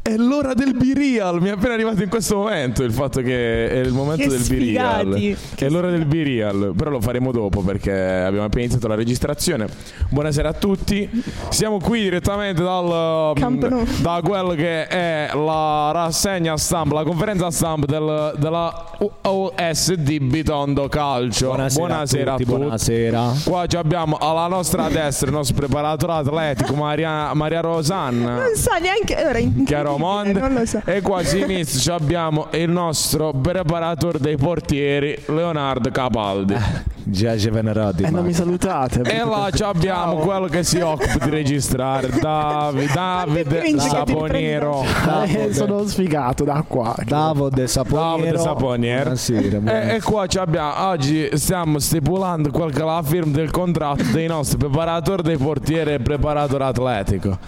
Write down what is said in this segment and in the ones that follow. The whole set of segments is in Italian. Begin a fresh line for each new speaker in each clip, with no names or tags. È l'ora del B-Real. Mi è appena arrivato in questo momento il fatto che è il momento
Che
del B-Real.
sfigati.
Che è l'ora del B-Real. Però lo faremo dopo perché abbiamo appena iniziato la registrazione. Buonasera a tutti. Siamo qui direttamente dal, mm,
Camp Nou.
da quello che è la rassegna stampa, la conferenza stampa del- della OS di Bitondo Calcio.
Buonasera, a tutti, buonasera.
Qua ci abbiamo alla nostra destra il nostro preparatore atletico Maria, Maria Rosanna.
Non so neanche. Ora, incredibile,
Chiaromonte
Non lo so.
e qua a sinistra ci abbiamo il nostro preparatore dei portieri Leonardo Capaldi
Giace Venerati.
E Eh, non mi
Eh,
salutate.
e là ci abbiamo quello che si occupa di registrare Davi-
Ma che
Davide
cringe che ti
Saponiero
Eh, sono sfigato da qua.
Davide Saponiero.
Davide Saponiero.
Buonasera,
e,
Eh,
buonasera.
e qua ci abbiamo oggi stiamo stipulando quella che è la firma del contratto dei nostri preparatori dei portieri e preparatore atletico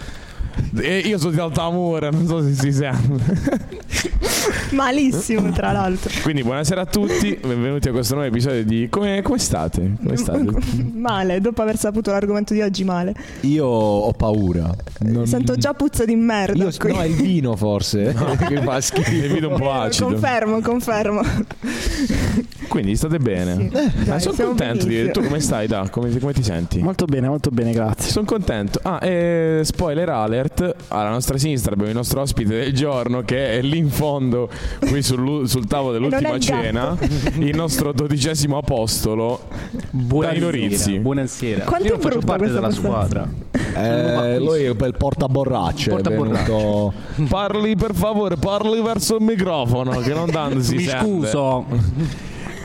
e io sono di Altamura non so se si sente
Malissimo, tra l'altro.
Quindi buonasera a tutti, benvenuti a questo nuovo episodio di Come, come state? Come state?
Male, dopo aver saputo l'argomento di oggi, male.
eh.
Io ho paura. Non-
Sento già puzza di merda.
Io,
qui.
no, è il vino forse. che fa schifo.
Il video un po'
Vero,
acido.
Confermo, confermo.
Quindi state
Sì.
bene. Eh. Ma
Dai,
sono
siamo
contento di
benissimo.
Tu come stai, Da? Come, come ti senti?
Molto bene, molto bene, grazie.
Sono contento. Ah, e spoiler alert, alla nostra sinistra abbiamo il nostro ospite del giorno che è lì in fondo, qui sul, sul tavolo
non è
dell'ultima
il gatto.
cena, il nostro dodicesimo apostolo, Danilo Rizzi.
Buonasera.
Quanto
Io
è
faccio
brutta
parte
questa
della
postanza.
squadra.
Eh, lui è il portaborracce. è
Portaborracce.
venuto-
Parli per favore, parli verso il microfono che non dando si
Mi
sente.
scuso.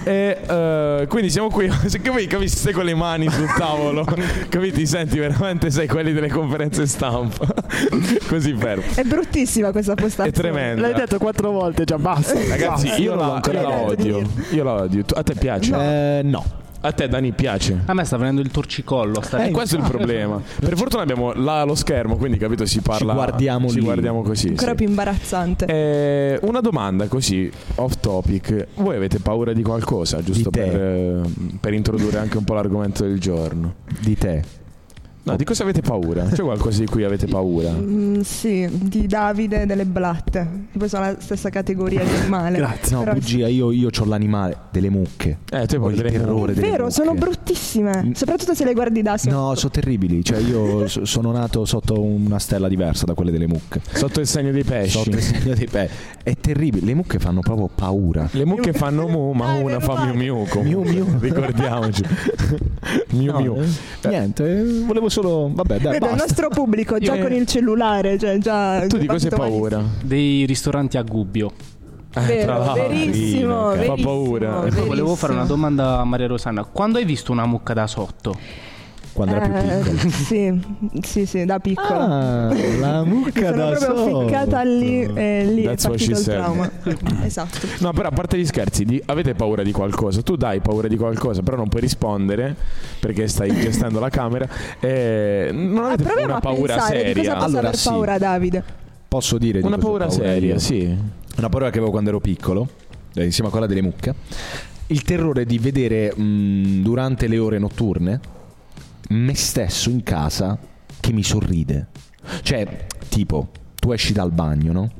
E eh, quindi siamo qui. Se capi- capisci, sei con le mani sul tavolo, capiti? Senti, veramente sei quelli delle conferenze stampa. Così fermo.
È bruttissima questa postata.
È tremendo.
L'hai detto quattro volte, già basta.
Ragazzi,
Basta.
io la, io la
detto di
odio. Io la odio. Tu- A te piace?
Eh, no.
A te, Dani, piace.
A me sta venendo il torcicollo.
Eh.
Sta
E questo è il problema. Per fortuna abbiamo là lo schermo, quindi capito si parla.
guardiamo
ci
lì.
guardiamo così.
Ancora
sì.
più imbarazzante.
Eh, una domanda così off topic. Voi avete paura di qualcosa, giusto
Di te.
per, eh, per introdurre anche un po' l'argomento del giorno?
Di te.
No, di cosa avete paura? C'è qualcosa di cui avete paura? Eh,
Mm, sì, di Davide e delle blatte. Poi sono la stessa categoria di animale.
Grazie.
No,
Però-
bugia, io, io ho l'animale delle mucche.
Eh, te
Ho
puoi
il terrore delle
Vero, sono
mucche.
Mm.
bruttissime. Soprattutto se le guardi da sotto.
No, sono terribili. Cioè, io so- sono nato sotto una stella diversa da quelle delle mucche.
Sotto il segno dei pesci.
Sotto il segno dei pe- È terribile. Le mucche fanno proprio paura.
Le mucche fanno mu, ma
Ah, è
una
vero,
fa
vai.
miu miu comunque.
Miu miu.
Ricordiamoci. miu
No,
miu.
eh, niente, eh, volevo solo. Vabbè, dai,
Vedo il
basta.
nostro pubblico già
eh, Io- eh.
con il cellulare. Cioè già
Tu di cosa hai
partito
paura?
Dei ristoranti a Gubbio.
Eh,
Vero,
tra l'altro.
verissimo,
Fa
verissimo,
paura.
E poi volevo fare una
Verissimo.
domanda a Maria Rosanna. Quando hai visto una mucca da sotto?
Quando era più
Eh,
piccolo.
sì, sì, sì, da piccola.
Ah, la
Mi
mucca
sono
da
proprio
sotto.
ficcata lì e lì
That's
è
what she
partito il
said.
trauma. esatto.
No, però a parte gli scherzi, di- avete paura di qualcosa? Tu dai paura di qualcosa, però non puoi rispondere perché stai gestendo la camera. Eh, non
Ah,
avete
proviamo
una
a
paura
pensare di cosa
seria?
possa
Allora,
aver
sì.
paura Davide.
Posso dire di
Una
cosa ho
paura seria,
io?
sì.
Una paura che avevo quando ero piccolo, eh, insieme a quella delle mucche. Il terrore di vedere mh, durante le ore notturne me stesso in casa che mi sorride. Cioè, tipo, tu esci dal bagno, no?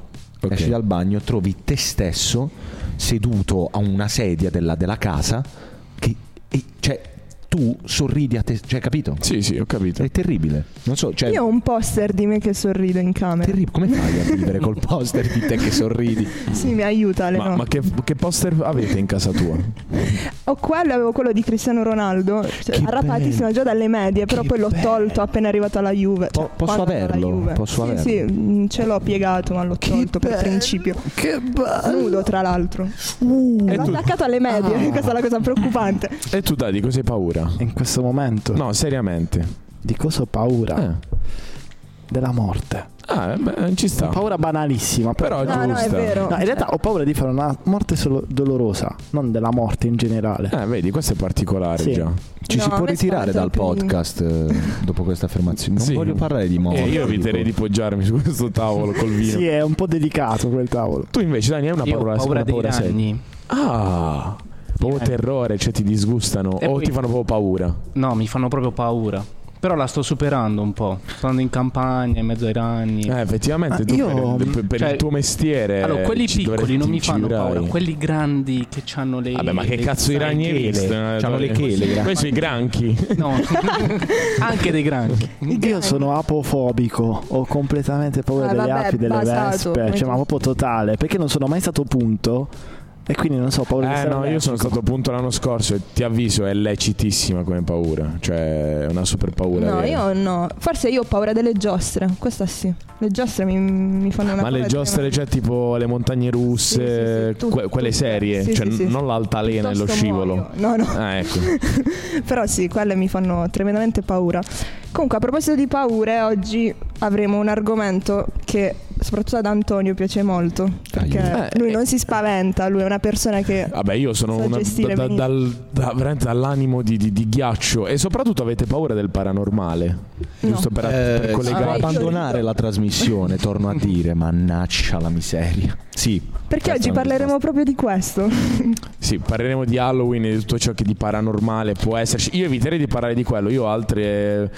Ok.
Esci dal bagno, trovi te stesso seduto a una sedia della, della casa che... e- cioè, tu sorridi a te... Cioè, capito?
Sì, sì, ho capito.
È terribile. Non so,
Eh.
cioè...
Io ho un poster di me che sorrido in camera.
Terribile, come fai a vivere col poster di te che sorridi?
Sì, mi aiuta Ale,
Ma,
no.
ma che, che poster avete in casa tua?
Ho Oh, quello, avevo quello di Cristiano Ronaldo, cioè,
Che
arrapatissimo già dalle medie, però
Che
poi l'ho
bello.
tolto appena arrivato alla Juve.
Po-
Cioè,
posso
quando alla
averlo?
Juve.
Posso
sì,
averlo?
Sì, mh, ce l'ho piegato, ma l'ho tolto per principio.
Che bello!
Nudo, tra l'altro.
E
l'ho
tu-
attaccato alle
Ah.
medie, questa è la cosa preoccupante.
E tu dai, di cosa hai paura?
In questo momento
No, seriamente.
di cosa ho paura?
Eh.
Della morte.
Ah, eh, beh, ci sta.
Paura banalissima, però.
Ah,
Però è
No, no, è
giusta.
vero.
No, in realtà ho paura di fare una morte solo dolorosa, non della morte in generale.
Eh, vedi, questo è particolare
Sì.
già.
Ci
No,
si
a
può
me
ritirare
spaventa
dal
più-
podcast eh, dopo questa affermazione? Non
Sì.
voglio parlare di morte. eh,
E io eviterei di poggiarmi su questo tavolo col vino.
Sì, è un po' delicato quel tavolo.
Tu invece, Dani, hai una
Io ho
paura, una
dei
paura seria.
ragni.
Ah, proprio
Eh.
terrore, cioè ti disgustano
E
o
poi-
ti fanno proprio paura.
No, mi fanno proprio paura. Però la sto superando un po'. Sto andando in campagna, in mezzo ai ragni.
Eh, effettivamente
Ah,
tu
io-
per, per- per
cioè,
il tuo mestiere
allora, quelli
ci
piccoli
dovresti-
non mi
ci
fanno
vivrai.
paura. Quelli grandi che hanno le.
Vabbè, ma che
le-
cazzo di
sai,
ragni hai
che-
visto?
C'hanno le chele, gra-
Invece i granchi.
No, anche dei granchi.
Io sono apofobico, ho completamente paura
Ah,
delle
eh. vabbè,
api, delle
basato, come
vespe, cioè,
tutti.
ma proprio totale, perché non sono mai stato punto e quindi non so, ho paura di
Eh
stare
no, io
allergico.
sono stato appunto l'anno scorso e ti avviso, è lecitissima come paura. Cioè, è una super paura.
No,
vera.
io no. Forse io ho paura delle giostre. Questa sì. Le giostre mi, mi fanno una
Ma le
paura
giostre,
tremenda.
cioè tipo le montagne russe,
Sì, sì, sì, tu-
que- quelle
tu-
serie,
sì,
cioè
sì, sì.
non l'altalena e lo
Piuttosto
scivolo.
muoio. No, no.
Ah, ecco.
Però sì, quelle mi fanno tremendamente paura. Comunque, a proposito di paure, oggi avremo un argomento che soprattutto ad Antonio piace molto. Perché
Aiuto. Eh,
lui
eh.
non si spaventa, lui è una persona che.
Vabbè, io sono
Sa
una,
gestire
da- da-
benissimo.
dal- da- veramente dall'animo di, di- di ghiaccio. E soprattutto avete paura del paranormale.
No.
Giusto per, per
Eh,
collegare.
devo
Ah,
abbandonare
io-
la trasmissione, torno a dire, mannaccia la miseria. Sì,
Perché oggi parleremo proprio di questo. Eh,
Sì, parleremo di Halloween e di tutto ciò che di paranormale può esserci. Io eviterei di parlare di quello. Io ho altre.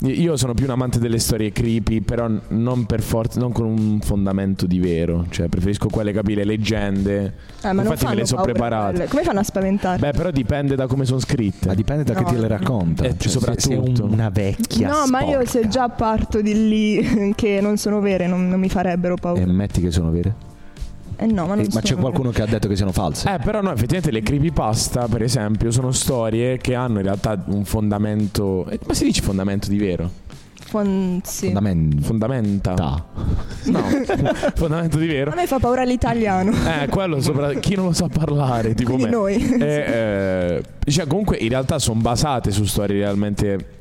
Io sono più un amante delle storie creepy, però non per forza, non con un fondamento di vero. Cioè, preferisco quelle capire leggende.
Eh, ma non
Infatti me
fanno
le so
paura
preparate.
quelle. Come fanno a spaventare?
Beh, però dipende da come sono
Ma
scritte.
dipende da
No.
che te le racconta. cioè,
Eh,
se- se è
soprattutto.
una vecchia
No, ma io se
sporca.
già parto di lì che non sono vere, non, non mi farebbero paura.
E
Eh,
metti che sono vere?
no, ma non
Eh, ma c'è
sono
qualcuno che ha detto che siano false?
Eh, però no, effettivamente le creepypasta, per esempio, sono storie che hanno in realtà un fondamento. eh, Come si dice fondamento di vero?
vere. Fon- sì.
Fondamenta.
Fondamenta. No, fondamento di vero.
A me fa paura l'italiano.
Eh, quello sopra chi non lo sa parlare, tipo
Quindi
me.
noi.
E, eh, cioè, comunque, in realtà sono basate su storie realmente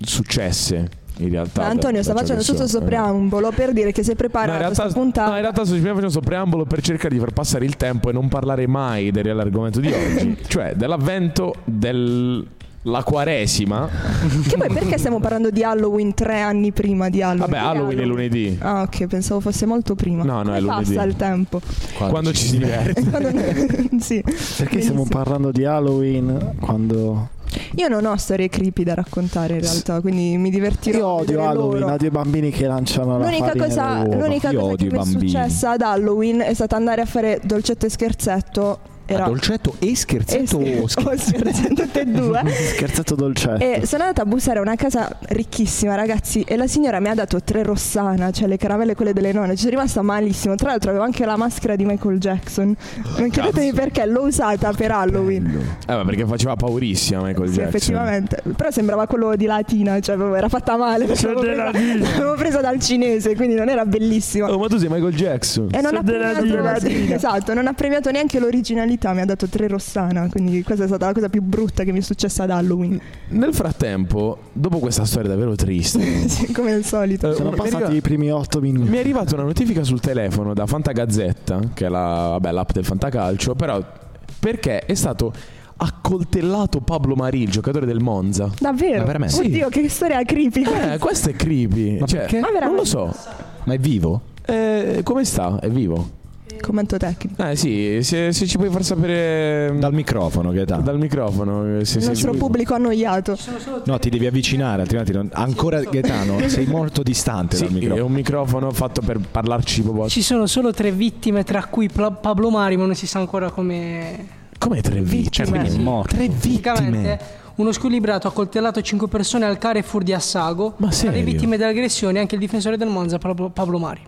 successe. In realtà,
Ma
da-
Antonio sta
da ciò
facendo
che
tutto
so.
questo preambolo per dire che se
No,
prepara
in
questa
realtà,
puntata
no, in realtà sto facendo questo preambolo per cercare di far passare il tempo e non parlare mai del reale argomento di oggi, cioè dell'avvento della quaresima.
Che poi perché stiamo parlando di Halloween tre anni prima di Halloween?
Vabbè, Halloween è lunedì.
Ah, ok, pensavo fosse molto prima.
No, no,
Come
è lunedì.
Passa il tempo.
Quando ci si diverte.
Quando- sì.
Perché stiamo
Benissimo.
parlando di Halloween quando
Io non ho storie creepy da raccontare in realtà, quindi mi divertirò.
Io
a
odio
vedere
Halloween,
loro.
odio i bambini che lanciano la
L'unica
farina
cosa,
nelle uova.
l'unica
Io
cosa
odio
che
i
mi è
bambini.
successa ad Halloween è stata andare a fare dolcetto e scherzetto. Era
Ah, dolcetto e
e
scherzetto o
scherzetto,
scherzetto?
tutte e due.
Scherzetto dolcetto.
E sono andata a bussare a una casa ricchissima, ragazzi. E la signora mi ha dato tre rossana, cioè le caramelle quelle delle nonne. Ci sono rimasta malissimo. Tra l'altro, avevo anche la maschera di Michael Jackson. Non chiedetemi perché l'ho usata per Halloween.
Eh, ma perché faceva paurissima Michael
Sì,
Jackson.
effettivamente. Però sembrava quello di Latina, cioè proprio era fatta male. perché L'avevo presa, l'avevo presa dal cinese, quindi non era bellissima.
Oh, ma tu sei Michael Jackson.
E non ha, premiato, sì, esatto, non ha premiato neanche l'originalità, mi ha dato tre Rossana, quindi questa è stata la cosa più brutta che mi è successa ad Halloween,
Nel frattempo, dopo questa storia davvero triste,
Sì, come al solito.
eh,
Sono
mi,
passati
arriva-
i primi 8 minuti.
mi è arrivata una notifica sul telefono da Fantagazzetta, che è la, vabbè, l'app del Fantacalcio, però perché è stato accoltellato Pablo Marì, il giocatore del Monza.
Davvero?
Ma veramente?
Oddio, che storia creepy.
Eh, questo è creepy.
Ma
cioè,
perché?
Ma
non
veramente?
lo so.
Ma è vivo?
Eh, come sta? È vivo?
Commento tecnico.
Eh sì, se, se ci puoi far sapere mm,
Dal microfono, Gaetano.
dal microfono. eh, Se,
Il
se-
nostro pubblico annoiato.
No, ti devi avvicinare, altrimenti non... Ancora, Gaetano, sei molto distante
Sì,
dal microfono.
è un microfono fatto per parlarci proprio.
Ci sono solo tre vittime, tra cui Pla- Pablo Mari, ma non si sa ancora come.
Come tre vittime?
Cioè, quindi è morto.
Tre
Praticamente,
vittime.
uno squilibrato ha coltellato cinque persone al Carrefour di Assago.
Ma
tra
serio?
le vittime dell'aggressione anche il difensore del Monza, Pablo, Pablo Mari.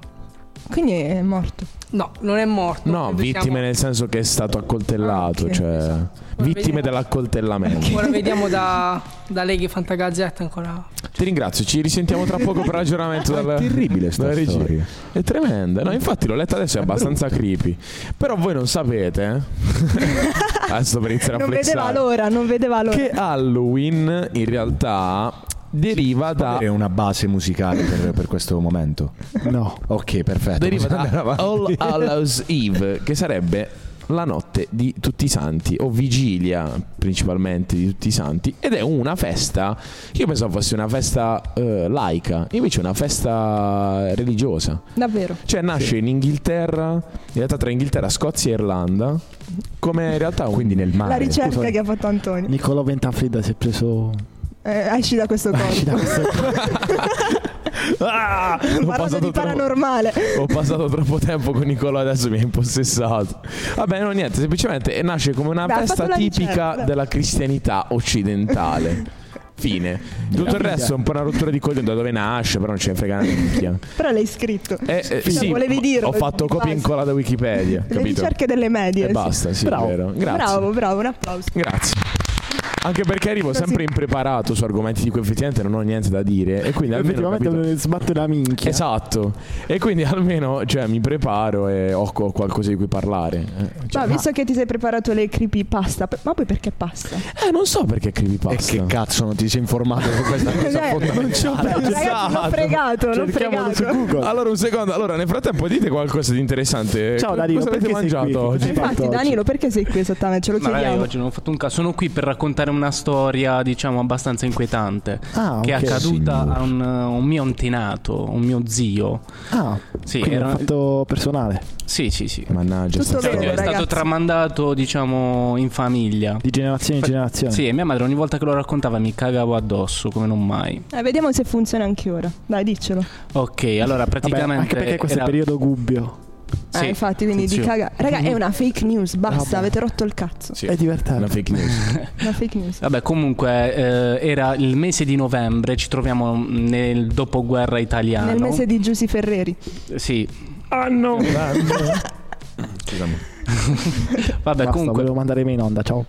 Quindi è morto.
No, non è morto.
No,
credo sia
vittime
morto.
nel senso che è stato accoltellato,
Ah, ok.
cioè vittime
vediamo.
dell'accoltellamento.
Ora vediamo da, da Leghi Fantagazzetta ancora.
Ti ringrazio, ci risentiamo tra poco per ragionamento dalla
È terribile sta
dalla regia.
storia.
È tremenda. No, infatti l'ho letta adesso è, abbastanza creepy. Però voi non sapete, eh? adesso per iniziare a
Non vedeva
flexare
l'ora, non vedeva l'ora.
che Halloween in realtà deriva da
È una base musicale per, per questo momento.
No.
Ok, perfetto.
deriva
Possiamo andare
da Oh.
avanti.
All Hallows Eve, che sarebbe la notte di tutti i santi, o vigilia principalmente di tutti i santi, ed è una festa. Io pensavo fosse una festa eh, laica, invece è una festa religiosa.
Davvero.
Cioè, nasce in Inghilterra, in realtà tra Inghilterra, Scozia e Irlanda, come in realtà un.
Quindi nel mare.
La ricerca
scusami.
che ha fatto Antonio.
Niccolò Ventafrida si è preso
Eh, esci da questo corpo.
Esci da questo
Ah, ho,
Parlando
passato
di
troppo,
paranormale.
ho passato troppo tempo con Nicolò, adesso mi ha impossessato. Vabbè, no, niente, semplicemente nasce come una
Beh, ha
festa
fatto la
tipica
ricerca, dai.
della cristianità occidentale. Fine. Tutto il resto è un po' una rottura di coglioni da dove nasce, però non ce ne frega una minchia.
Però l'hai scritto.
Eh, eh,
Cioè,
sì,
volevi dirlo,
ho fatto copia e
basta.
incolla da Wikipedia,
Le
capito?
ricerche delle medie.
E basta, sì,
Bravo.
è vero.
sì.
Grazie.
Bravo, bravo, un applauso.
Grazie. Anche perché arrivo
Così.
sempre impreparato su argomenti di cui effettivamente non ho niente da dire. E quindi almeno. ho
Effettivamente
capito-
non sbatte una minchia.
Esatto. E quindi almeno cioè, mi preparo e ho co- qualcosa di cui parlare. Eh,
Ma visto che ti sei preparato le creepypasta, pe- ma poi perché pasta?
eh, non so perché creepypasta.
E che cazzo non ti sei informato su questa cosa
Dai,
fondamentale?
Cioè, Ragazzi, l'ho fregato, l'ho
Cerchiamolo su
fregato.
Google.
Allora, un secondo. Allora, nel frattempo, dite qualcosa di interessante.
Ciao,
Co-
Danilo,
Cosa avete
perché sei
mangiato
qui?
oggi?
Cosa hai fatto
Infatti,
oggi?
Danilo, perché sei qui esattamente? Ce lo
Ma ragazzi,
chiediamo.
oggi non ho fatto un caso. Sono qui per raccontare una storia, diciamo, abbastanza inquietante.
Ah,
che è
ok.
accaduta
Signor.
a un, un mio antinato, un mio zio.
Ah,
Sì,
quindi
era-
ho fatto personale
sì, sì, sì.
Mannaggia,
Tutto
sta
Sì,
vero,
è
storia.
stato
ragazzi.
tramandato, diciamo, in famiglia.
di generazione in generazione.
Sì, e mia madre ogni volta che lo raccontava mi cagavo addosso, come non mai.
Eh, vediamo se funziona anche ora. Dai, diccelo.
Ok, allora
Vabbè,
praticamente...
anche perché questo
era-
è periodo gubbio.
Sì,
Eh, infatti, quindi di
sì.
caga. Raga, è una fake news. Basta, avete rotto il cazzo.
Sì.
È
Una
divertente.
fake news.
Una fake news.
Vabbè, comunque eh, era il mese di novembre, ci troviamo nel dopoguerra italiano.
Nel mese di Giussi Ferreri.
Sì,
Anno.
vabbè,
Basta,
comunque,
volevo mandare me in onda, ciao.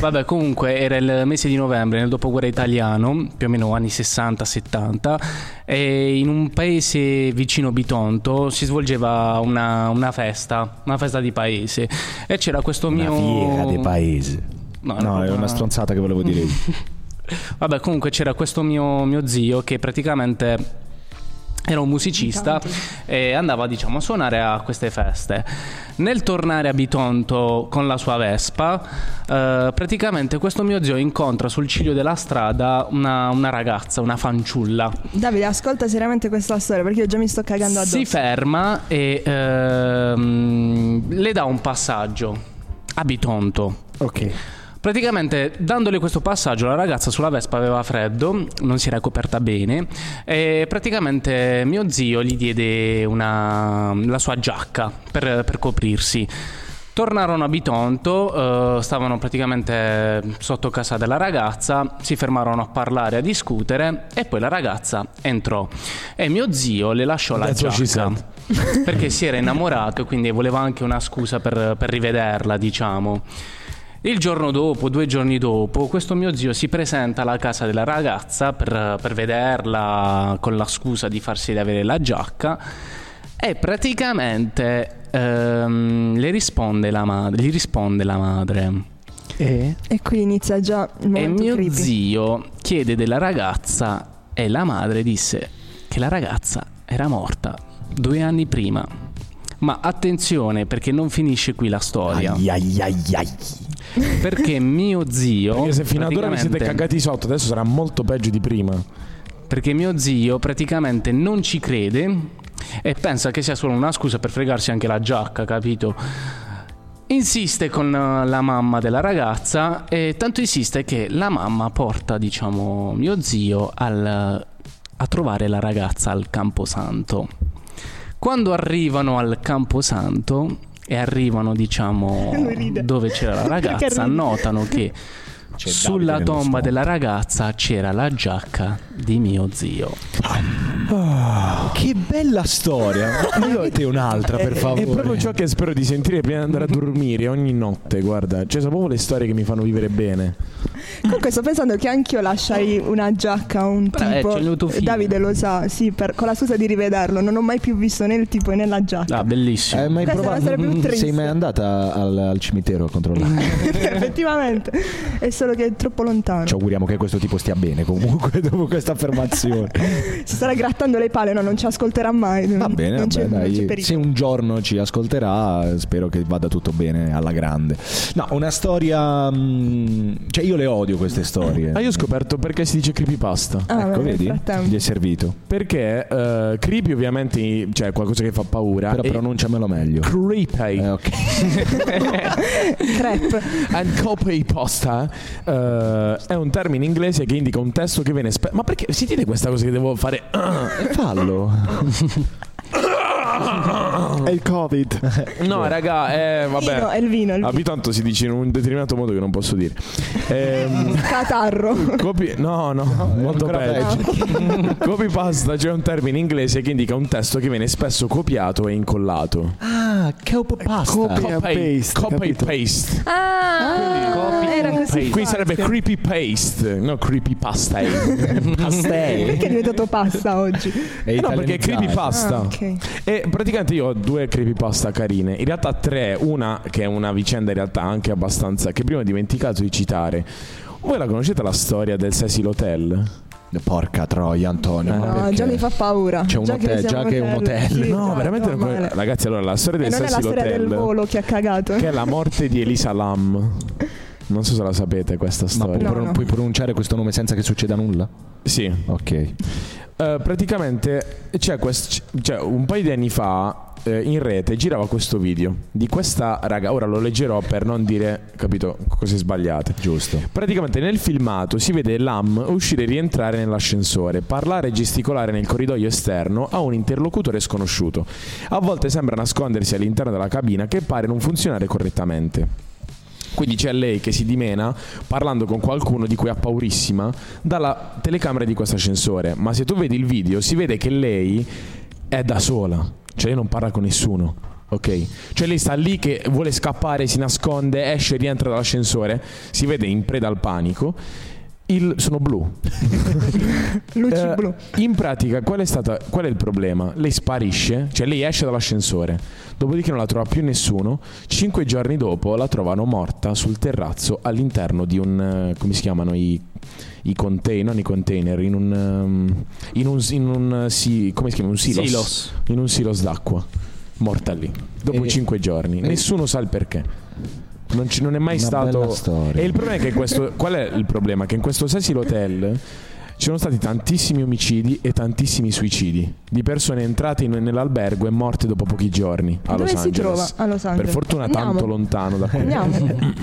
vabbè, comunque era il mese di novembre, nel dopoguerra italiano, più o meno anni 60-70, e in un paese vicino Bitonto si svolgeva una, una festa, una festa di paese, e c'era questo mio...
paese.
No, era
No, è
proprio
una stronzata che volevo dire. io.
Vabbè, comunque c'era questo mio, mio zio che praticamente era un musicista e andava, diciamo, a suonare a queste feste. Nel tornare a Bitonto con la sua Vespa, eh, praticamente questo mio zio incontra sul ciglio della strada una, una ragazza, una fanciulla.
Davide, ascolta seriamente questa storia perché io già mi sto cagando addosso.
Si ferma e ehm, le dà un passaggio a Bitonto.
Ok.
Praticamente dandole questo passaggio la ragazza sulla Vespa aveva freddo, non si era coperta bene e praticamente mio zio gli diede una- la sua giacca per, per coprirsi. Tornarono a Bitonto, eh, stavano praticamente sotto casa della ragazza, si fermarono a parlare, a discutere e poi la ragazza entrò e mio zio le lasciò la
That's what she
giacca
said.
Esatto. perché si era innamorato e quindi voleva anche una scusa per, per rivederla, diciamo. Il giorno dopo, due giorni dopo, questo mio zio si presenta alla casa della ragazza per, per vederla con la scusa di farsi avere la giacca e praticamente ehm, le risponde la madre, gli risponde la madre.
E
E qui inizia già il
E
momento
mio
creepy.
zio chiede della ragazza e la madre disse che la ragazza era morta due anni prima. Ma attenzione perché non finisce qui la storia.
Ai, ai, ai, ai.
Perché mio zio...
Perché se fino ad ora vi siete
praticamente-
cagati sotto, adesso sarà molto peggio di prima.
Perché mio zio praticamente non ci crede e pensa che sia solo una scusa per fregarsi anche la giacca, capito? Insiste con eh, la mamma della ragazza e tanto insiste che la mamma porta, diciamo, mio zio al- a trovare la ragazza al Camposanto. Quando arrivano al Camposanto e arrivano, diciamo,
Lui ride.
dove c'era la
Perché
ragazza,
ride?
notano che
C'è Davide
sulla
nello
tomba
spot.
della ragazza c'era la giacca di mio zio.
Che bella storia. Ma Io e te un'altra, per favore. Eh,
È proprio ciò che spero di sentire prima di andare a dormire ogni notte, guarda. Cioè, sono proprio le storie che mi fanno vivere bene.
Comunque sto pensando che anch'io lasciai una giacca a un
Beh,
tipo.
eh, c'è il tuo figlio.
Davide lo sa, sì, per- con la scusa di rivederlo. Non ho mai più visto né il tipo né la giacca.
Ah, bellissimo.
Hai mai
Questa è la storia più
provato? Mm,
triste.
Sei mai andata al, al cimitero a controllare?
Effettivamente. È solo che è troppo lontano.
Ci auguriamo che questo tipo stia bene comunque dopo questa affermazione.
Si starà grattando le palle, no, non ci ascolterà mai.
Va bene,
Mm, non c'è,
vabbè,
non c'è
dai,
pericolo.
se un giorno ci ascolterà, spero che vada tutto bene alla grande. No, una storia. mm, Cioè, io le ho odio queste storie.
Ah, io ho scoperto perché si dice creepypasta.
Ah,
ecco,
beh, nel
vedi? Gli
frattempo.
è servito.
Perché eh, creepy ovviamente cioè è qualcosa che fa paura.
Però
e eh,
pronunciamelo meglio.
creepy
Eh, ok.
Crap.
and copy pasta eh, è un termine inglese che indica un testo che viene spe- Ma perché sentite questa cosa che devo fare?
Fallo.
È il Covid.
No, raga, eh, vabbè.
Vino, è il vino, è il
Ah, poi
vino.
tanto si dice in un determinato modo che non posso dire. Ehm,
Catarro.
copy- no, no, molto
ancora
peggio. Copypasta, cioè un termine inglese che indica un testo che viene spesso copiato e incollato.
Ah, copypasta.
Copy and
Copy,
paste,
copy
capito?
paste.
Ah,
Quindi-
era
Copy
così.
Qui sarebbe
facile.
creepy paste, no creepy pasta.
Perché è diventato pasta oggi?
È
Eh, no, perché è
italianizzato.
creepypasta.
Ah, ok.
E praticamente io ho due creepypasta carine. In realtà tre, una che è una vicenda in realtà anche abbastanza che prima ho dimenticato di citare. Voi la conoscete la storia del Cecil Hotel?
Eh, Porca troia, Antonio. ma
No,
perché?
Ah, già mi fa paura.
C'è un
già
hotel,
che siamo
già che è un hotel.
Sì, esatto,
No, veramente non Eh,
male.
con- Ragazzi, allora la storia
E
del
non è la
Cecil
storia del
Hotel
volo che ha cagato. eh?
che è la morte di Elisa Lam. Non so se la sapete questa
Ma
storia.
puoi,
No,
pro-
no.
puoi pronunciare questo nome senza che succeda nulla?
Sì.
Ok.
Eh, praticamente c'è quest- cioè, un paio di anni fa eh, in rete girava questo video di questa raga, ora lo leggerò per non dire, capito, cose sbagliate.
Giusto.
Praticamente nel filmato si vede Lam uscire e rientrare nell'ascensore, parlare e gesticolare nel corridoio esterno a un interlocutore sconosciuto. A volte sembra nascondersi all'interno della cabina che pare non funzionare correttamente. Quindi c'è lei che si dimena parlando con qualcuno di cui è paurissima dalla telecamera di questo ascensore. Ma se tu vedi il video si vede che lei è da sola, cioè lei non parla con nessuno. Ok, cioè lei sta lì che vuole scappare, si nasconde, esce, rientra dall'ascensore, si vede in preda al panico. Il, sono blu,
Luci
eh,
blu.
In pratica, qual è, stata- qual è il problema? Lei sparisce, cioè lei esce dall'ascensore, dopodiché non la trova più nessuno. Cinque giorni dopo la trovano morta sul terrazzo all'interno di un. eh, come si chiamano i. i container, non i container, in un. ehm, in un. in un, eh, si- come si chiama? Un silos.
Silos.
In un silos d'acqua. Morta lì. Dopo
E-
cinque giorni.
e-
Nessuno sa il perché. Non, ci- non è mai
Eh. Una
stato.
bella storia.
E il problema è che questo. Qual è il problema? Che in questo Cecil Hotel ci sono stati tantissimi omicidi e tantissimi suicidi di persone entrate in- nell'albergo e morte dopo pochi giorni a
Dove
Los
si trova?
Angeles.
A Los Angeles.
Per fortuna
Andiamo.
tanto lontano da qui.
Andiamo.
No,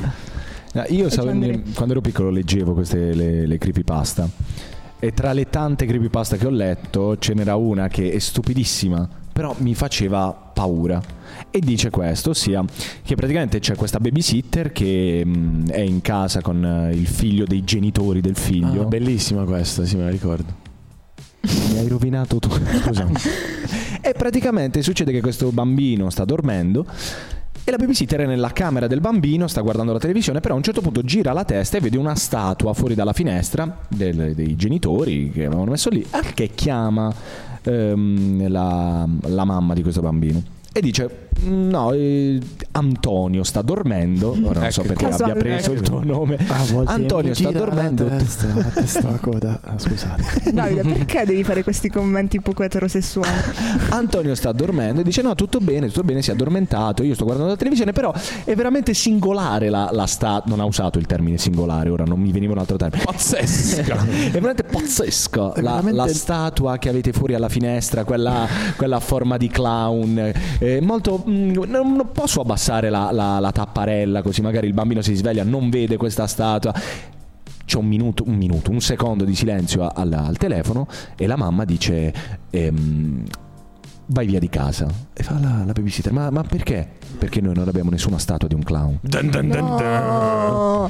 Ah, io sapevo-
Andrea.
quando ero piccolo leggevo queste le, le creepypasta e tra le tante creepypasta che ho letto ce n'era una che è stupidissima, però mi faceva paura. E dice questo, ossia che praticamente c'è questa babysitter che mh, è in casa con eh, il figlio dei genitori del
Ah,
figlio.
bellissima questa, sì, me la ricordo.
Mi hai rovinato tu. Scusa. e praticamente succede che questo bambino sta dormendo. E la babysitter è nella camera del bambino, sta guardando la televisione, però a un certo punto gira la testa e vede una statua fuori dalla finestra del- dei genitori che avevano messo lì, ah, che chiama ehm, la, la mamma di questo bambino. E dice, no, eh, Antonio sta dormendo, ora non so
Ecco.
perché abbia
Casualmente.
preso il tuo nome,
A volte
Antonio
mi
sta
gira la
dormendo.
Testa, la testa, la coda. Ah, Scusate.
Davide, perché devi fare questi commenti poco eterosessuali?
Antonio sta dormendo e dice no tutto bene, tutto bene, si è addormentato, io sto guardando la televisione, però è veramente singolare la, la sta... Non ha usato il termine singolare, ora non mi veniva un altro termine.
Pazzesca!
È veramente pazzesca
È
la,
veramente-
la statua che avete fuori alla finestra, quella, quella a forma di clown. È molto, mm, non non posso abbassare la, la- la tapparella così magari il bambino si sveglia, non vede questa statua. C'è un minuto, un minuto, un secondo di silenzio a- al, al telefono e la mamma dice... ehm, Vai via di casa e fa la, la babysitter. Ma, ma perché? Perché noi non abbiamo nessuna statua di un clown.
Dun dun dun dun.
No.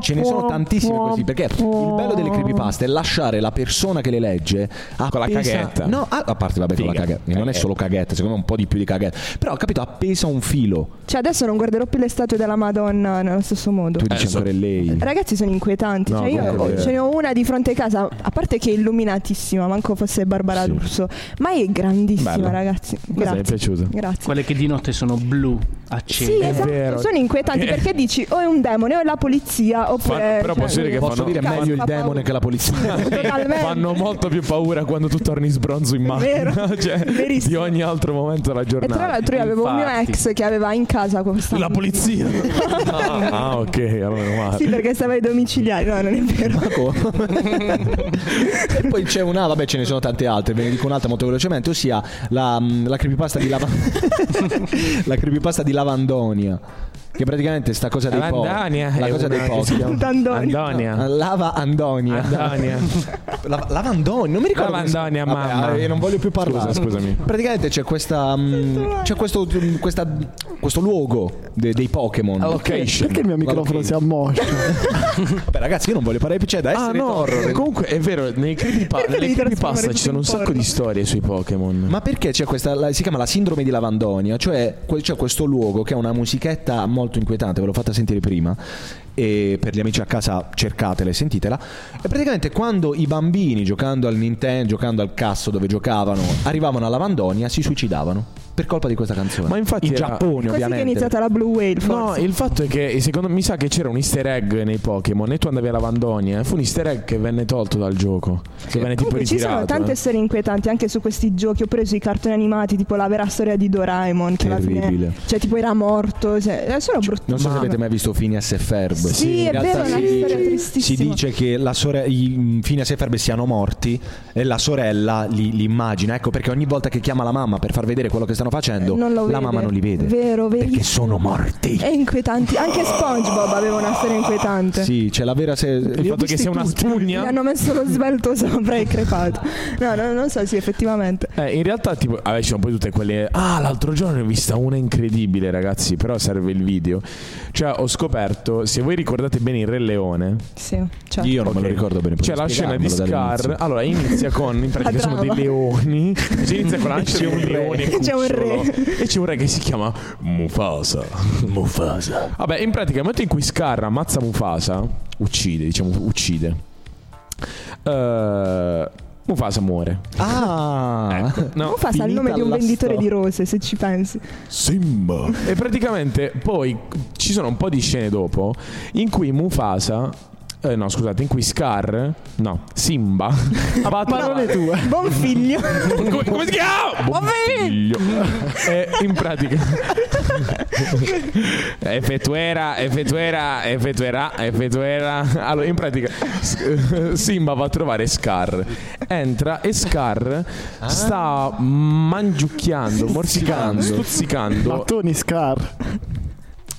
Ce ne sono tantissime così perché il bello delle creepypasta è lasciare la persona che le legge a
Con la
pesa-
caghetta.
No, a, a parte vabbè con
Figa. Eh,
la caghetta, non è
Caghetta.
solo caghetta, secondo me un po' di più di caghetta. Però ho capito, appesa un filo.
Cioè, adesso non guarderò più le statue della Madonna nello stesso modo.
Tu dici
so-
ancora lei.
Ragazzi, sono inquietanti.
No,
cioè, io
comunque,
ho- ce ne ho una di fronte a casa, a parte che è illuminatissima, manco fosse Barbara
Sì.
D'Urso, ma è grandissima,
Bella.
ragazzi.
Questa mi è
Grazie.
piaciuta.
Grazie.
Quelle che di notte sono blu,
Sì,
accese.
È
esatto,
vero.
sono inquietanti perché dici o è un demone o è la polizia oppure...
Fa- però posso dire che
voglio-
Posso
fanno-
dire è
Cazzo,
meglio il
fa
demone
paura.
che la polizia.
Totalmente.
Fanno molto più paura quando tu torni sbronzo in
Vero.
macchina cioè,
Verissimo.
di ogni altro momento della
E
giornata.
tra l'altro io avevo un mio
Infatti.
ex che aveva in casa questa...
La polizia. ah, ok, allora meno male.
Sì, perché stava ai domiciliari, no, non è vero.
Ah,
e poi c'è una, vabbè, ce ne sono tante altre, ve ne dico un'altra molto velocemente, ossia la, mh, la creepypasta di Lava- la creepypasta di Lavandonia. Che praticamente sta cosa dei po-
Lavandonia
La
è
cosa dei
una che si
pochi.
chiama-
Dandoni.
Andonia.
Lava Andonia.
Andonia.
La- Lavandonia, non mi ricordo. come si-
Lavandonia,
Vabbè,
mamma.
eh, non voglio più parlare.
Scusa, scusami.
Praticamente c'è questa. mh, c'è questo, mh, questa- questo luogo de- dei Pokémon.
Location.
Ah, Perché il mio microfono
ok.
si ammoscia?
Vabbè, ragazzi, io non voglio parlare più. C'è da essere.
Ah no,
torre.
comunque è vero, nei creepypa-
Perché
nelle
devi
creepypasta
trasformare
ci sono un
tutto in
sacco di
porno?
storie sui Pokémon.
Ma perché c'è questa, la- si chiama la sindrome di Lavandonia, cioè que- c'è questo luogo che ha una musichetta molto inquietante, ve l'ho fatta sentire prima, e per gli amici a casa cercatela e sentitela, e praticamente quando i bambini giocando al Nintendo, giocando al cazzo dove giocavano, arrivavano a Lavandonia si suicidavano per colpa di questa canzone.
Ma infatti
in
era-
Giappone
Così che è
ovviamente.
iniziata la Blue Whale,
No,
forse.
il fatto è che eh, secondo me sa che c'era un easter egg nei Pokémon e tu andavi alla Vandonia. e Fu un easter egg che venne tolto dal gioco. Che venne tipo
Comunque, ci sono
ritirato.
tante
eh.
storie inquietanti anche su questi giochi, oppure sui cartoni animati, tipo la vera storia di Doraemon, che alla
Terribile.
fine cioè tipo era morto, cioè, eh, sono brutti.
Non so se
Ma-
avete mai visto Phineas e Ferb.
Sì, è
in realtà
vero, è una
si
storia
dice- Si
tristissima.
dice che la sore- i- mm, Phineas e Ferb siano morti e la sorella li, li immagina. Ecco perché ogni volta che chiama la mamma per far vedere quello che stanno facendo,
Eh, Non lo
la
vede. Esatto.
mamma non li vede.
Vero,
Perché
verissimo.
sono morti.
È inquietante. Anche SpongeBob aveva una storia inquietante.
Sì, c'è la vera. Se-
Il fatto che sia una
Gli
spugna.
hanno messo lo svelto sopra e crepato. No, no, non so, sì, effettivamente.
Eh, in realtà, tipo, vabbè, ci sono poi tutte quelle. Ah, l'altro giorno ne ho vista una incredibile, ragazzi. Però serve il video. Cioè, ho scoperto, se voi ricordate bene il Re Leone,
Sì, cioè.
Io non me
Ok.
lo ricordo bene.
C'è la scena di Scar. Allora inizia con in pratica
La
sono dei
trama.
leoni. Si inizia con la nascita di un leone.
C'è un re.
cucciolo, E c'è un re che si chiama Mufasa.
Ecco,
Mufasa. Vabbè, in pratica, nel momento in cui Scar ammazza Mufasa, uccide, diciamo, uccide. eh, Mufasa muore.
Ah,
No,
Mufasa fa il
finita
nome di un
la
venditore
storia.
di rose, se ci pensi.
Simba. E praticamente poi ci sono un po' di scene dopo in cui Mufasa. eh, no, scusate, in cui Scar. No, Simba. va a trovare-
Buon figlio.
come, come si chiama? Buon figlio. Eh, in pratica. effettuera, effettuera, effettuerà, effettuera. Allora, in pratica, S- Simba va a trovare Scar. Entra e Scar sta mangiucchiando, morsicando, stuzzicando.
Tony Scar.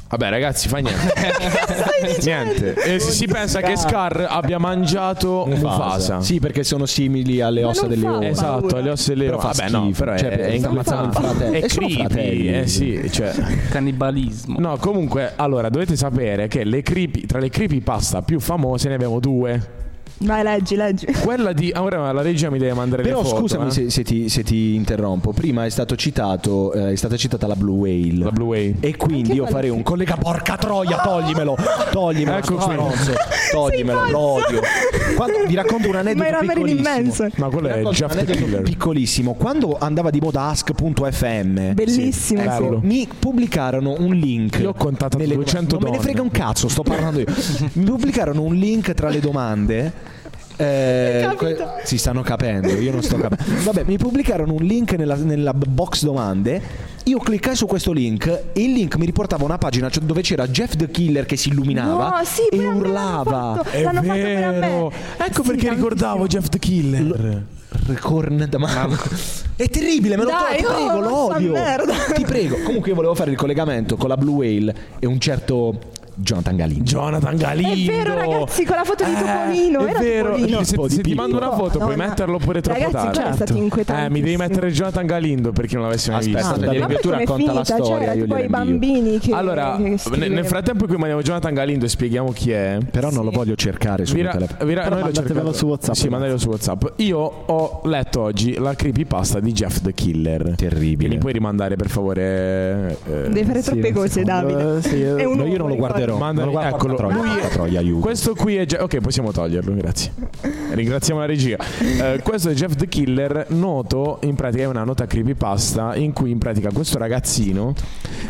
Vabbè, ragazzi, fa niente. niente. Eh, si, si pensa che Scar abbia mangiato Mufasa.
Sì, perché sono simili alle
Ma
ossa
non
delle
fa
ore.
paura.
Esatto, le ossa eh, e le
Però fa
Vabbè, no,
schifo.
però è,
Cioè,
è
stanno
ammazzando
fa-
il fratello.
e
È
sono fratelli.
creepy, eh sì, cioè.
Cannibalismo.
No, comunque, allora dovete sapere che le creepy, tra le creepypasta più famose ne abbiamo due.
Vai, leggi, leggi.
Quella di. ah, Ora la regia mi deve mandare
Però
le foto.
scusami
eh.
se, se ti, se ti interrompo. Prima è stato citato, eh, è stata citata la Blue Whale.
La Blue Way.
E quindi
Che
io
bello.
farei un collega porca troia, toglimelo, toglimelo,
Ecco
ecco
qui.
toglimelo,
Sei
lo
pazzo.
odio. Quando- vi racconto un aneddoto
Ma era Marilyn
piccolissimo.
Manson.
Ma
Vi
quello è
racconto un
Jeff the
aneddoto
Killer.
piccolissimo, quando andava di moda ask.fm,
Bellissimo,
sì. Bello.
ecco, mi pubblicarono un link.
Io ho contattato 200
Non me ne
donne.
frega un cazzo, sto parlando io. mi pubblicarono un link tra le domande. eh,
Capito.
que- si stanno capendo, io non sto capendo. Vabbè, mi pubblicarono un link nella, nella box domande. Io cliccai su questo link e il link mi riportava a una pagina cioè, dove c'era Jeff the Killer che si illuminava
No, sì,
e
pure a me
urlava.
l'hanno fatto. L'hanno fatto pure a me.
Ecco
Sì,
perché
tantissimo.
ricordavo Jeff the Killer.
Corn da mano. È terribile, me lo
Dai,
tolgo, ti
oh,
prego, lo
sta
odio.
merda.
Ti prego. Comunque io volevo fare il collegamento con la Blue Whale e un certo Jonathan Galin.
Jonathan Galindo.
È vero, ragazzi, con la foto di
Eh,
Topolino.
è
era
vero.
Topolino.
Se, se ti mando una foto,
No,
puoi
no.
metterlo pure troppo
Ragazzi,
tardi.
quello è stato
Eh, mi devi
inquietantissimo.
mettere Jonathan Galindo perché non l'avessi mai
Aspetta,
visto.
aspetta,
Ma
devi-
poi
tu
com'è
racconta la
finita?
storia,
C'era
io
tipo
gliela
i
invio.
bambini che
Allora,
che
ne- nel
scrivevano.
frattempo in cui mandiamo Jonathan Galindo e spieghiamo chi è.
Però non lo voglio cercare sul
Vi
mio
ra-
telefono.
vi ra-
Però
noi lo
mandatevelo
cercate-
su WhatsApp,
Sì,
ragazzi.
mandatelo su WhatsApp. Io ho letto oggi la creepypasta di Jeff the Killer.
Terribile.
Quindi puoi rimandare per favore. eh,
Devi fare troppe cose, Davide.
Eh, sì, eh,
È un
No,
uomo,
io non lo guarderò vero.
Mandami-
Non lo guarda,
eccolo.
porca troia,
Lui-
porca troia, aiuto.
Questo qui è Jeff. Ok, possiamo toglierlo, grazie. Ringraziamo la regia. Eh, questo è Jeff the Killer, noto in pratica è una nota creepypasta in cui in pratica questo ragazzino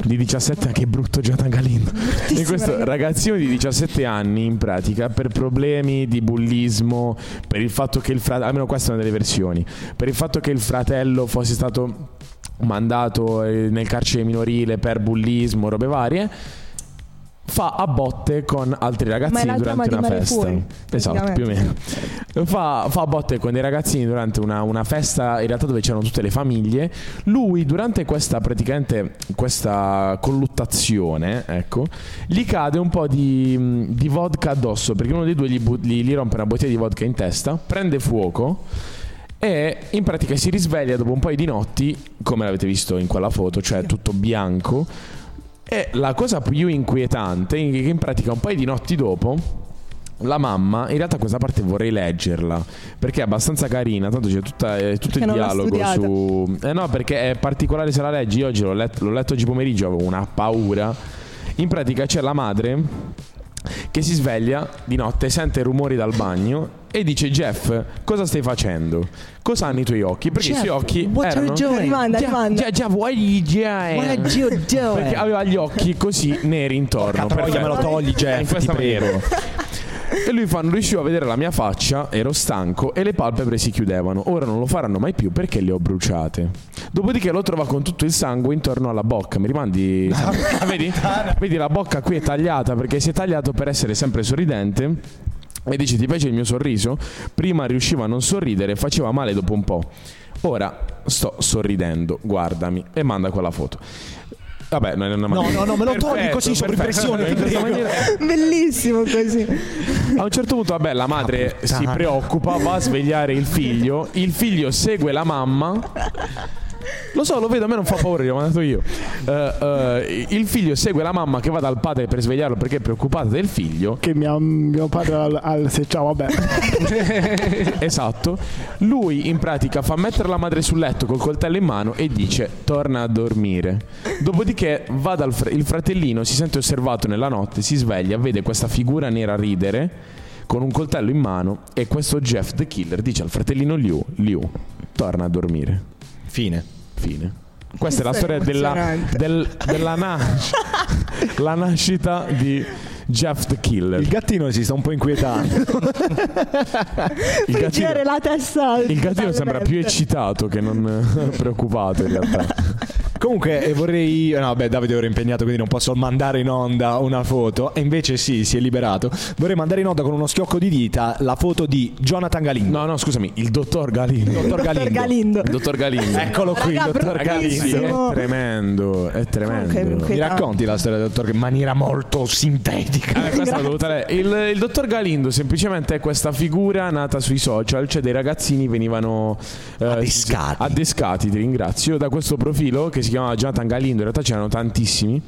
di 17 anni, che brutto Jonathan Galindo. E questo ragazzino di 17 anni in pratica per problemi di bullismo, per il fatto che il fratello, almeno questa è una delle versioni, per il fatto che il fratello fosse stato mandato eh, nel carcere minorile per bullismo, robe varie fa a botte con altri ragazzini
la trama
durante
di
una
Mare
festa.
Fuori,
esatto, più o meno. Fa, fa a botte con dei ragazzini durante una, una festa, in realtà dove c'erano tutte le famiglie. Lui, durante questa praticamente questa colluttazione, ecco, gli cade un po' di, di vodka addosso, perché uno dei due gli, bu- gli- gli rompe una bottiglia di vodka in testa, prende fuoco. E in pratica si risveglia dopo un paio di notti, come l'avete visto in quella foto, cioè tutto bianco, e la cosa più inquietante è che in pratica un paio di notti dopo la mamma, in realtà questa parte vorrei leggerla perché è abbastanza carina, tanto c'è tutta- eh, tutto il
Perché non l'ha
dialogo
studiata.
su... Eh no, perché è particolare se la leggi, io oggi l'ho let- l'ho letto oggi pomeriggio, avevo una paura. In pratica c'è la madre che si sveglia di notte, sente rumori dal bagno e dice Jeff, cosa stai facendo? Cosa hanno i tuoi occhi? Perché i suoi
Certo.
occhi erano...
Rimanda, rimanda.
Già, già, vuoi Perché aveva gli occhi così neri intorno.
Eh. Porca troia, me lo
perfetto.
togli, Jeff,
Eh, in questa
ti
maniera.
prego.
E lui fa, non riuscivo a vedere la mia faccia, ero stanco e le palpebre si chiudevano. Ora non lo faranno mai più perché le ho bruciate. Dopodiché lo trova con tutto il sangue intorno alla bocca. Mi rimandi. Ah, vedi? Vedi, la bocca qui è tagliata perché si è tagliato per essere sempre sorridente. E dice: Ti piace il mio sorriso? Prima riusciva a non sorridere, faceva male dopo un po'. Ora sto sorridendo, guardami. E manda quella foto. Vabbè, non è una
No,
mano.
no, no, me lo togli così sopra pressione, ti prego.
Bellissimo così.
A un certo punto, vabbè, la madre si preoccupa, va a svegliare il figlio. Il figlio segue la mamma. Lo so, lo vedo, a me non fa paura, gli ho mandato io. Eh, eh, il figlio segue la mamma che va dal padre per svegliarlo perché è preoccupata del figlio.
Che mia- mio padre al, al se ciao, vabbè.
Esatto. Lui in pratica fa mettere la madre sul letto col coltello in mano e dice torna a dormire. Dopodiché va dal fr- il fratellino, si sente osservato nella notte, si sveglia, vede questa figura nera ridere con un coltello in mano e questo Jeff the Killer dice al fratellino Liu, Liu, torna a dormire.
Fine.
Fine. Questa è la
Questo
storia
è
della,
emozionante.
del- della nas- la nascita di Jeff the Killer.
Il gattino si sta un po' inquietando.
Il gattino-
Girare la testa.
Il gattino sembra più
eccitante.
eccitato che non eh, preoccupato in realtà.
Comunque eh, vorrei... No, beh, Davide ora è impegnato, quindi non posso mandare in onda una foto. E invece sì, si è liberato. Vorrei mandare in onda con uno schiocco di dita la foto di Jonathan Galindo.
No, no, scusami, il dottor Eh, Galindo.
Dottor
Dottor
Galindo.
Galindo.
Il dottor Galindo.
Eccolo qui,
Raga,
dottor
Ragazzi,
Galindo.
bravissimo.
è tremendo, è tremendo.
Ok, ok.
Mi racconti la storia del dottor in maniera molto sintetica.
Eh, questa l'ho dovuta leggere. il, il dottor Galindo semplicemente è questa figura nata sui social, cioè dei ragazzini venivano eh,
Adescati.
adescati, ti ringrazio, da questo profilo che si chiamava Jonathan Galindo, in realtà c'erano tantissimi.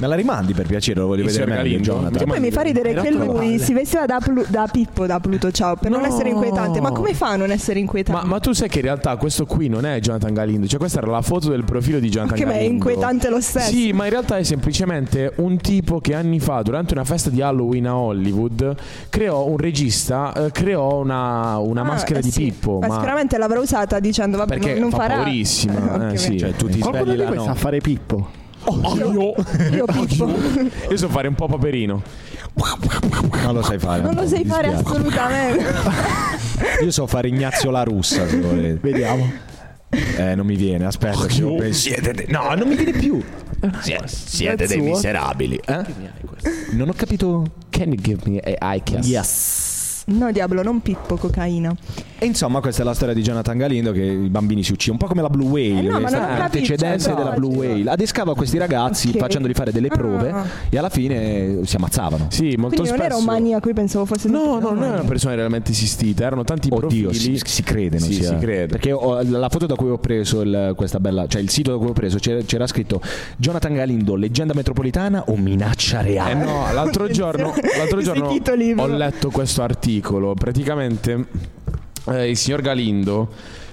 Me la rimandi per piacere, lo voglio
Il
vedere
signor
meglio,
Galindo.
Jonathan.
Poi mi fa
Mi
ridere che
raccomando.
lui si vestiva da, Plu- da Pippo, da Pluto Ciao, per non
No.
essere inquietante. Ma come fa a non essere
Ma,
inquietante?
ma tu sai che in realtà questo qui non è Jonathan Galindo, cioè questa era la foto del profilo di Jonathan
che beh, è
Galindo.
inquietante lo stesso.
Sì, ma in realtà è semplicemente un tipo che anni fa, durante una festa di Halloween a Hollywood, creò un regista, eh, creò una, una
Ah,
maschera
eh
di
sì.
Pippo.
Ma, sicuramente l'avrà usata dicendo vabbè,
perché
non
fa
farà.
paurissima.
Eh,
eh,
ok,
sì.
Cioè, tu ti
Qualcuno
svegli
di
la
voi sa
notte.
fare Pippo.
Io Pippo.
Io so fare un po' paperino.
Non lo sai fare.
Non lo sai fare
mi dispiace.
assolutamente.
Io so fare Ignazio la russa, se volete.
Vediamo.
Eh, non mi viene, aspetta. ci devo pensare. No, non mi viene più. siete dei miserabili. eh? Non ho capito.
Can you give me a I kiss?
No, diavolo, non Pippo, cocaina.
E insomma, questa è la storia di Jonathan Galindo che i bambini si uccidono, un po' come la Blue Whale,
Eh no,
è
ma
stata
non ho
la
capito,
antecedente
no.
della Blue Whale. Adescava questi ragazzi
Ok.
facendoli fare delle prove
Ah.
e alla fine eh, si ammazzavano.
Sì, molto
Quindi non era
spesso.
un maniaco, io pensavo fosse
No, no, non è una persona realmente esistita, erano tanti
Oddio,
profili.
si, si crede, non
Sì,
sia-
si crede.
Perché ho- la foto da cui ho preso il, questa bella, cioè il sito da cui ho preso c'era, c'era scritto Jonathan Galindo, leggenda metropolitana o minaccia
Eh
reale.
no, l'altro giorno, l'altro
Questi
giorno
titoli,
ho
però.
letto questo articolo. Praticamente eh, il signor Galindo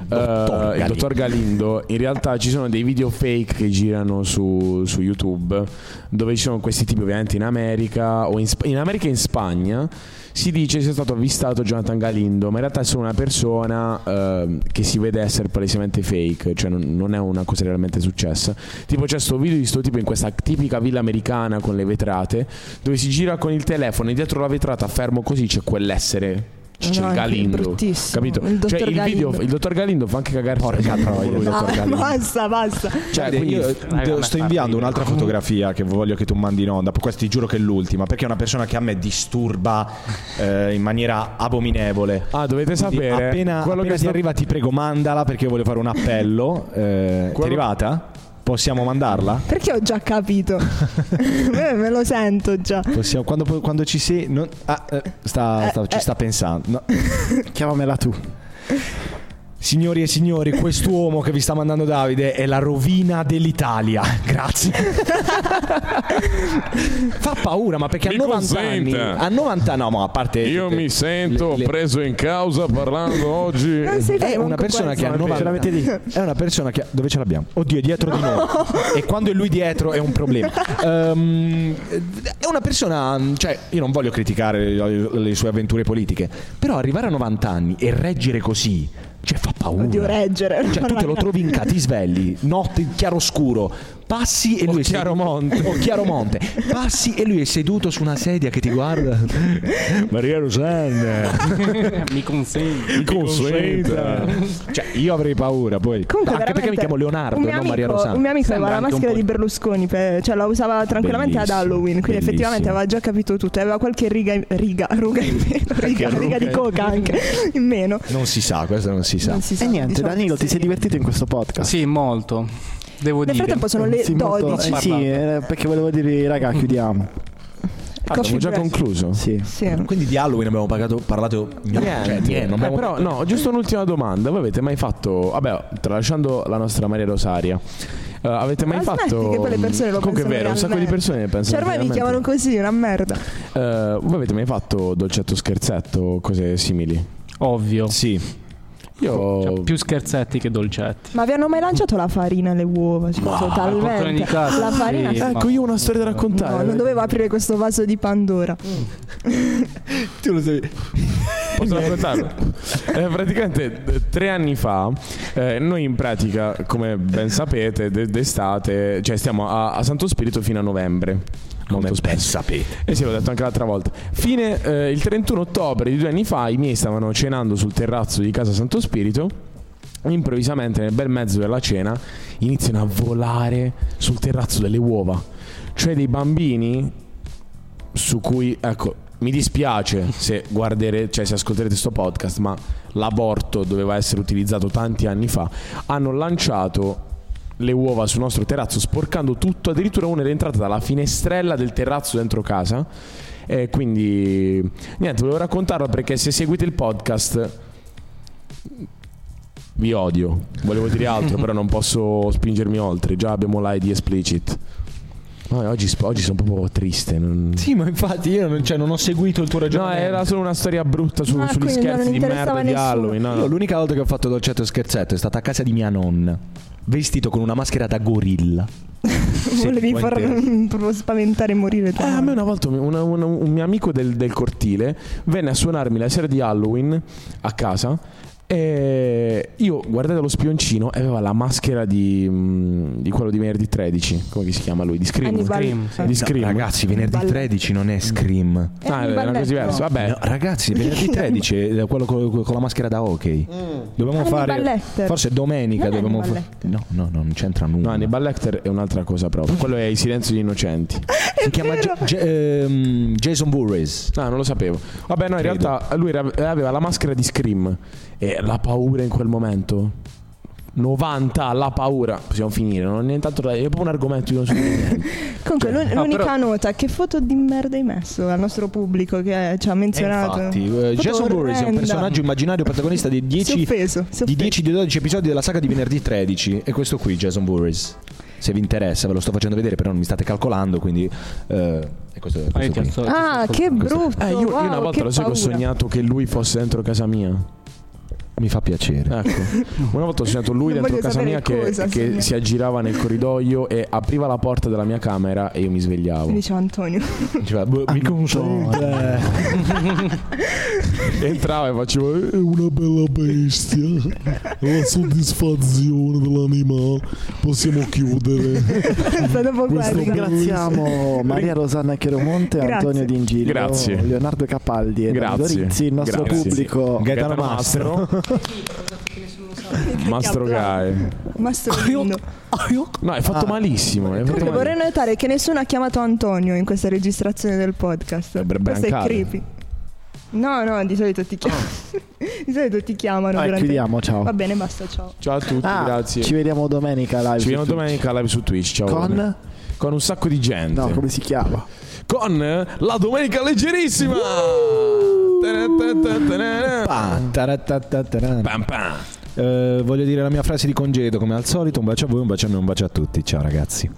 Dottor
eh, il
Galindo.
dottor Galindo, in realtà ci sono dei video fake che girano su, su YouTube dove ci sono questi tipi ovviamente in America o in, Sp- in America e in Spagna si dice sia stato avvistato Jonathan Galindo, ma in realtà è solo una persona ehm, che si vede essere palesemente fake, cioè non, non è una cosa realmente successa. Tipo c'è sto video di sto tipo in questa tipica villa americana con le vetrate, dove si gira con il telefono e dietro la vetrata fermo così c'è quell'essere c'è
No,
il
è
Galindo,
bruttissimo.
capito?
Il
cioè,
dottor
il, video,
Galindo.
il dottor Galindo fa anche cagare
Porca
il culo,
troia.
il dottor
Ah,
Galindo.
basta, basta.
Cioè,
Guardi,
quindi
io-
io
raga, a me
sto
fa
inviando
ridere.
un'altra fotografia che voglio che tu mandi in onda. Questa ti giuro che è l'ultima, perché è una persona che a me disturba eh, in maniera abominevole.
Ah, dovete
Quindi
sapere
appena,
quello
appena
che
ti
sta-
arriva, ti prego, mandala perché io voglio fare un appello. Eh, Ti è
Quello-
arrivata? Possiamo mandarla?
Perché ho già capito. me, me lo sento già.
Possiamo- quando, quando ci sei. non- ah, eh, sta- sta- ci sta pensando. No.
Chiamamela tu.
Signori e signori, quest'uomo che vi sta mandando Davide è la rovina dell'Italia. Grazie. Fa paura, ma perché
Mi
a 90
consenta.
anni. A 90 no, ma a parte.
Io
tutte-
mi sento
le- le-
preso in causa parlando oggi.
Non sei
È una persona che a 90
Ce l'avete lì?
È una persona che. Dove ce l'abbiamo? Oddio, è dietro di noi. E quando è lui dietro è un problema. Ehm, è una persona. Cioè, io non voglio criticare le, le sue avventure politiche. Però arrivare a 90 anni e reggere così. Cioè, fa paura.
Oddio, reggere.
Cioè, tu te lo trovi in ca- ti svegli, notte in chiaroscuro, passi e lui è Chiaromonte. O Chiaromonte. Passi e lui è seduto su una sedia che ti guarda. Maria Rosanna,
Mi consente.
consenta. Cioè, io avrei paura poi. Ah,
Comunque,
Anche perché mi
veramente,
chiamo Leonardo,
un
non
mio amico-
Maria Rosanna.
Un mio amico
Sembra
aveva la
anche un
maschera
po'
di Berlusconi, per- cioè la usava tranquillamente ad
Bellissimo,
Halloween. Quindi
bellissimo.
effettivamente aveva già capito tutto. Aveva qualche riga, in- riga, ruga in meno. Riga, riga di coca anche in meno.
Non si sa, questo non si sa.
Non si sa,
E Eh, niente,
diciamo
Danilo,
che
ti
sì.
sei divertito in questo podcast?
Sì, molto. Devo
Nel
dire.
frattempo sono le
Sì,
12.
molto- eh,
Ho
sì, eh, perché volevo dirvi, raga, chiudiamo.
Abbiamo
Coffee
Ah, già
break.
concluso.
Sì.
Sì.
Quindi di Halloween abbiamo pagato- parlato niente, cioè, niente, non
Eh,
abbiamo-
però no, giusto un'ultima domanda. Voi avete mai fatto. Vabbè, tralasciando la nostra Maria Rosaria. eh, avete mai
Ma smetti
fatto.
che poi le persone lo
Comunque è
pensano
vero, un sacco di
realmente.
persone pensano.
Cioè, ormai mi
realmente.
chiamano così, una merda.
Eh, voi avete mai fatto dolcetto scherzetto, cose simili?
Ovvio.
Sì,
Io.
Cioè, più scherzetti che dolcetti.
Ma vi hanno mai lanciato la farina alle uova? Cioè,
cotone di
totalmente.
casa,
La farina.
sì.
Ecco, io ho una storia da
No,
raccontare.
non dovevo aprire questo vaso di Pandora.
tu lo sai.
Posso raccontarlo? Eh, praticamente d- tre anni fa, eh, noi in pratica, come ben sapete, de- d'estate, cioè stiamo a, a Santo Spirito fino a novembre. Molto spesso.
sapete.
Eh sì, l'ho detto anche l'altra volta. Fine, eh, il 31 ottobre di due anni fa, i miei stavano cenando sul terrazzo di casa Santo Spirito. Improvvisamente, nel bel mezzo della cena, iniziano a volare sul terrazzo delle uova. Cioè dei bambini su cui, ecco, mi dispiace se guarderete, cioè se ascolterete sto podcast, ma l'aborto doveva essere utilizzato tanti anni fa. Hanno lanciato le uova sul nostro terrazzo sporcando tutto, addirittura una era entrata dalla finestrella del terrazzo dentro casa. E quindi niente, volevo raccontarlo perché se seguite il podcast vi odio. Volevo dire altro, però non posso spingermi oltre, già abbiamo l'ID explicit. Ma oggi, sp- oggi sono proprio triste. non-
Sì, ma infatti io non, cioè, non ho seguito il tuo
No,
ragionamento.
era solo una storia brutta su-
Ah,
sugli
quindi
scherzi
non
di
interessava
merda di
nessuno.
Halloween. no, no.
Io l'unica volta che ho fatto dolcetto e scherzetto è stata a casa di mia nonna, vestito con una maschera da gorilla.
Volevi
può
far proprio spaventare e morire.
Eh,
tua
a
mamma.
me una volta un- una- una- un mio amico del, del cortile venne a suonarmi la sera di Halloween a casa e io guardate lo spioncino e aveva la maschera di, mm, di quello di venerdì 13, come si chiama lui? Di Scream.
Hannibal.
Scream,
Di
Eh,
Scream.
Ragazzi, venerdì
Ball-
13 non è Scream.
eh,
Ah,
Hannibal
era così
Lecter.
diverso. Vabbè,
No, ragazzi, venerdì 13 è quello co- co- con la maschera da hockey. Dobbiamo
Hannibal
fare
Lecter.
forse domenica
Non è
dobbiamo
Hannibal
fare No, no, no, non c'entra nulla.
no, Hannibal Lecter è un'altra cosa proprio. Quello è Il silenzio degli innocenti.
si chiama Ge- Ge- ehm, Jason Burris.
No, Ah, non lo sapevo. Vabbè, no, in
Credo.
realtà lui era- aveva la maschera di Scream e la paura in quel momento. 90 la paura. Possiamo finire, non è tanto da- è proprio un argomento io non so dire
Eh,
niente.
Comunque, l'un-
No,
l'unica
però-
nota, che foto di merda hai messo al nostro pubblico che ci ha
E
menzionato?
infatti, eh,
Foto
Jason Burris è un
orrenda.
personaggio immaginario protagonista di
Si è
10
offeso, si è
di
offeso.
10 dei 12 episodi della saga di venerdì 13 e questo qui Jason Burris se vi interessa ve lo sto facendo vedere però non mi state calcolando quindi eh, è questo, è
Ah,
questo
io ti
qui.
ascolto, ti
Ah,
ascolto.
che brutto!
Eh, io, io
wow,
una
che
volta lo so che ho
paura.
sognato che lui fosse dentro casa mia.
Mi fa piacere.
Ecco, una volta ho sognato lui
Non
dentro
voglio
casa
sapere
mia che,
cosa,
che
signor.
si aggirava nel corridoio e apriva la porta della mia camera e io mi svegliavo.
Mi diceva Antonio.
Diceva, "Boh, mi confonde.
Entrava e facevo. "Eh,
una bella bestia, la soddisfazione dell'animale. Possiamo chiudere.
dopo
Questo
quello.
Ringraziamo Maria Rosanna Cheromonte,
Grazie.
Antonio D'Ingilio,
Grazie.
Leonardo Capaldi e Davide
Grazie.
Rizzi, il nostro
Grazie.
pubblico.
Gaetano
Mastro. Mastro Gae.
Mastro Lindo.
No, è fatto malissimo. È fatto
Comunque vorrei
malissimo.
notare Ah. che nessuno ha chiamato Antonio in questa registrazione del podcast.
Dovrebbe
Questo è
mancare.
creepy. No, no, di solito ti chiamano. di solito ti chiamano.
Dai,
durante-
chiudiamo, ciao.
Va bene, basta, ciao.
Ciao a tutti,
Ah,
grazie.
Ci
Ci,
vediamo domenica live. su
vediamo
Twitch.
domenica live su Twitch. Ciao.
Con?
Con un sacco di gente.
No, come si chiama?
Con la domenica leggerissima.
Pa, taratatatarà.
Pam pam.
Eh, voglio dire la mia frase di congedo come al solito. Un bacio a voi, un bacio a noi, un bacio a tutti. Ciao ragazzi.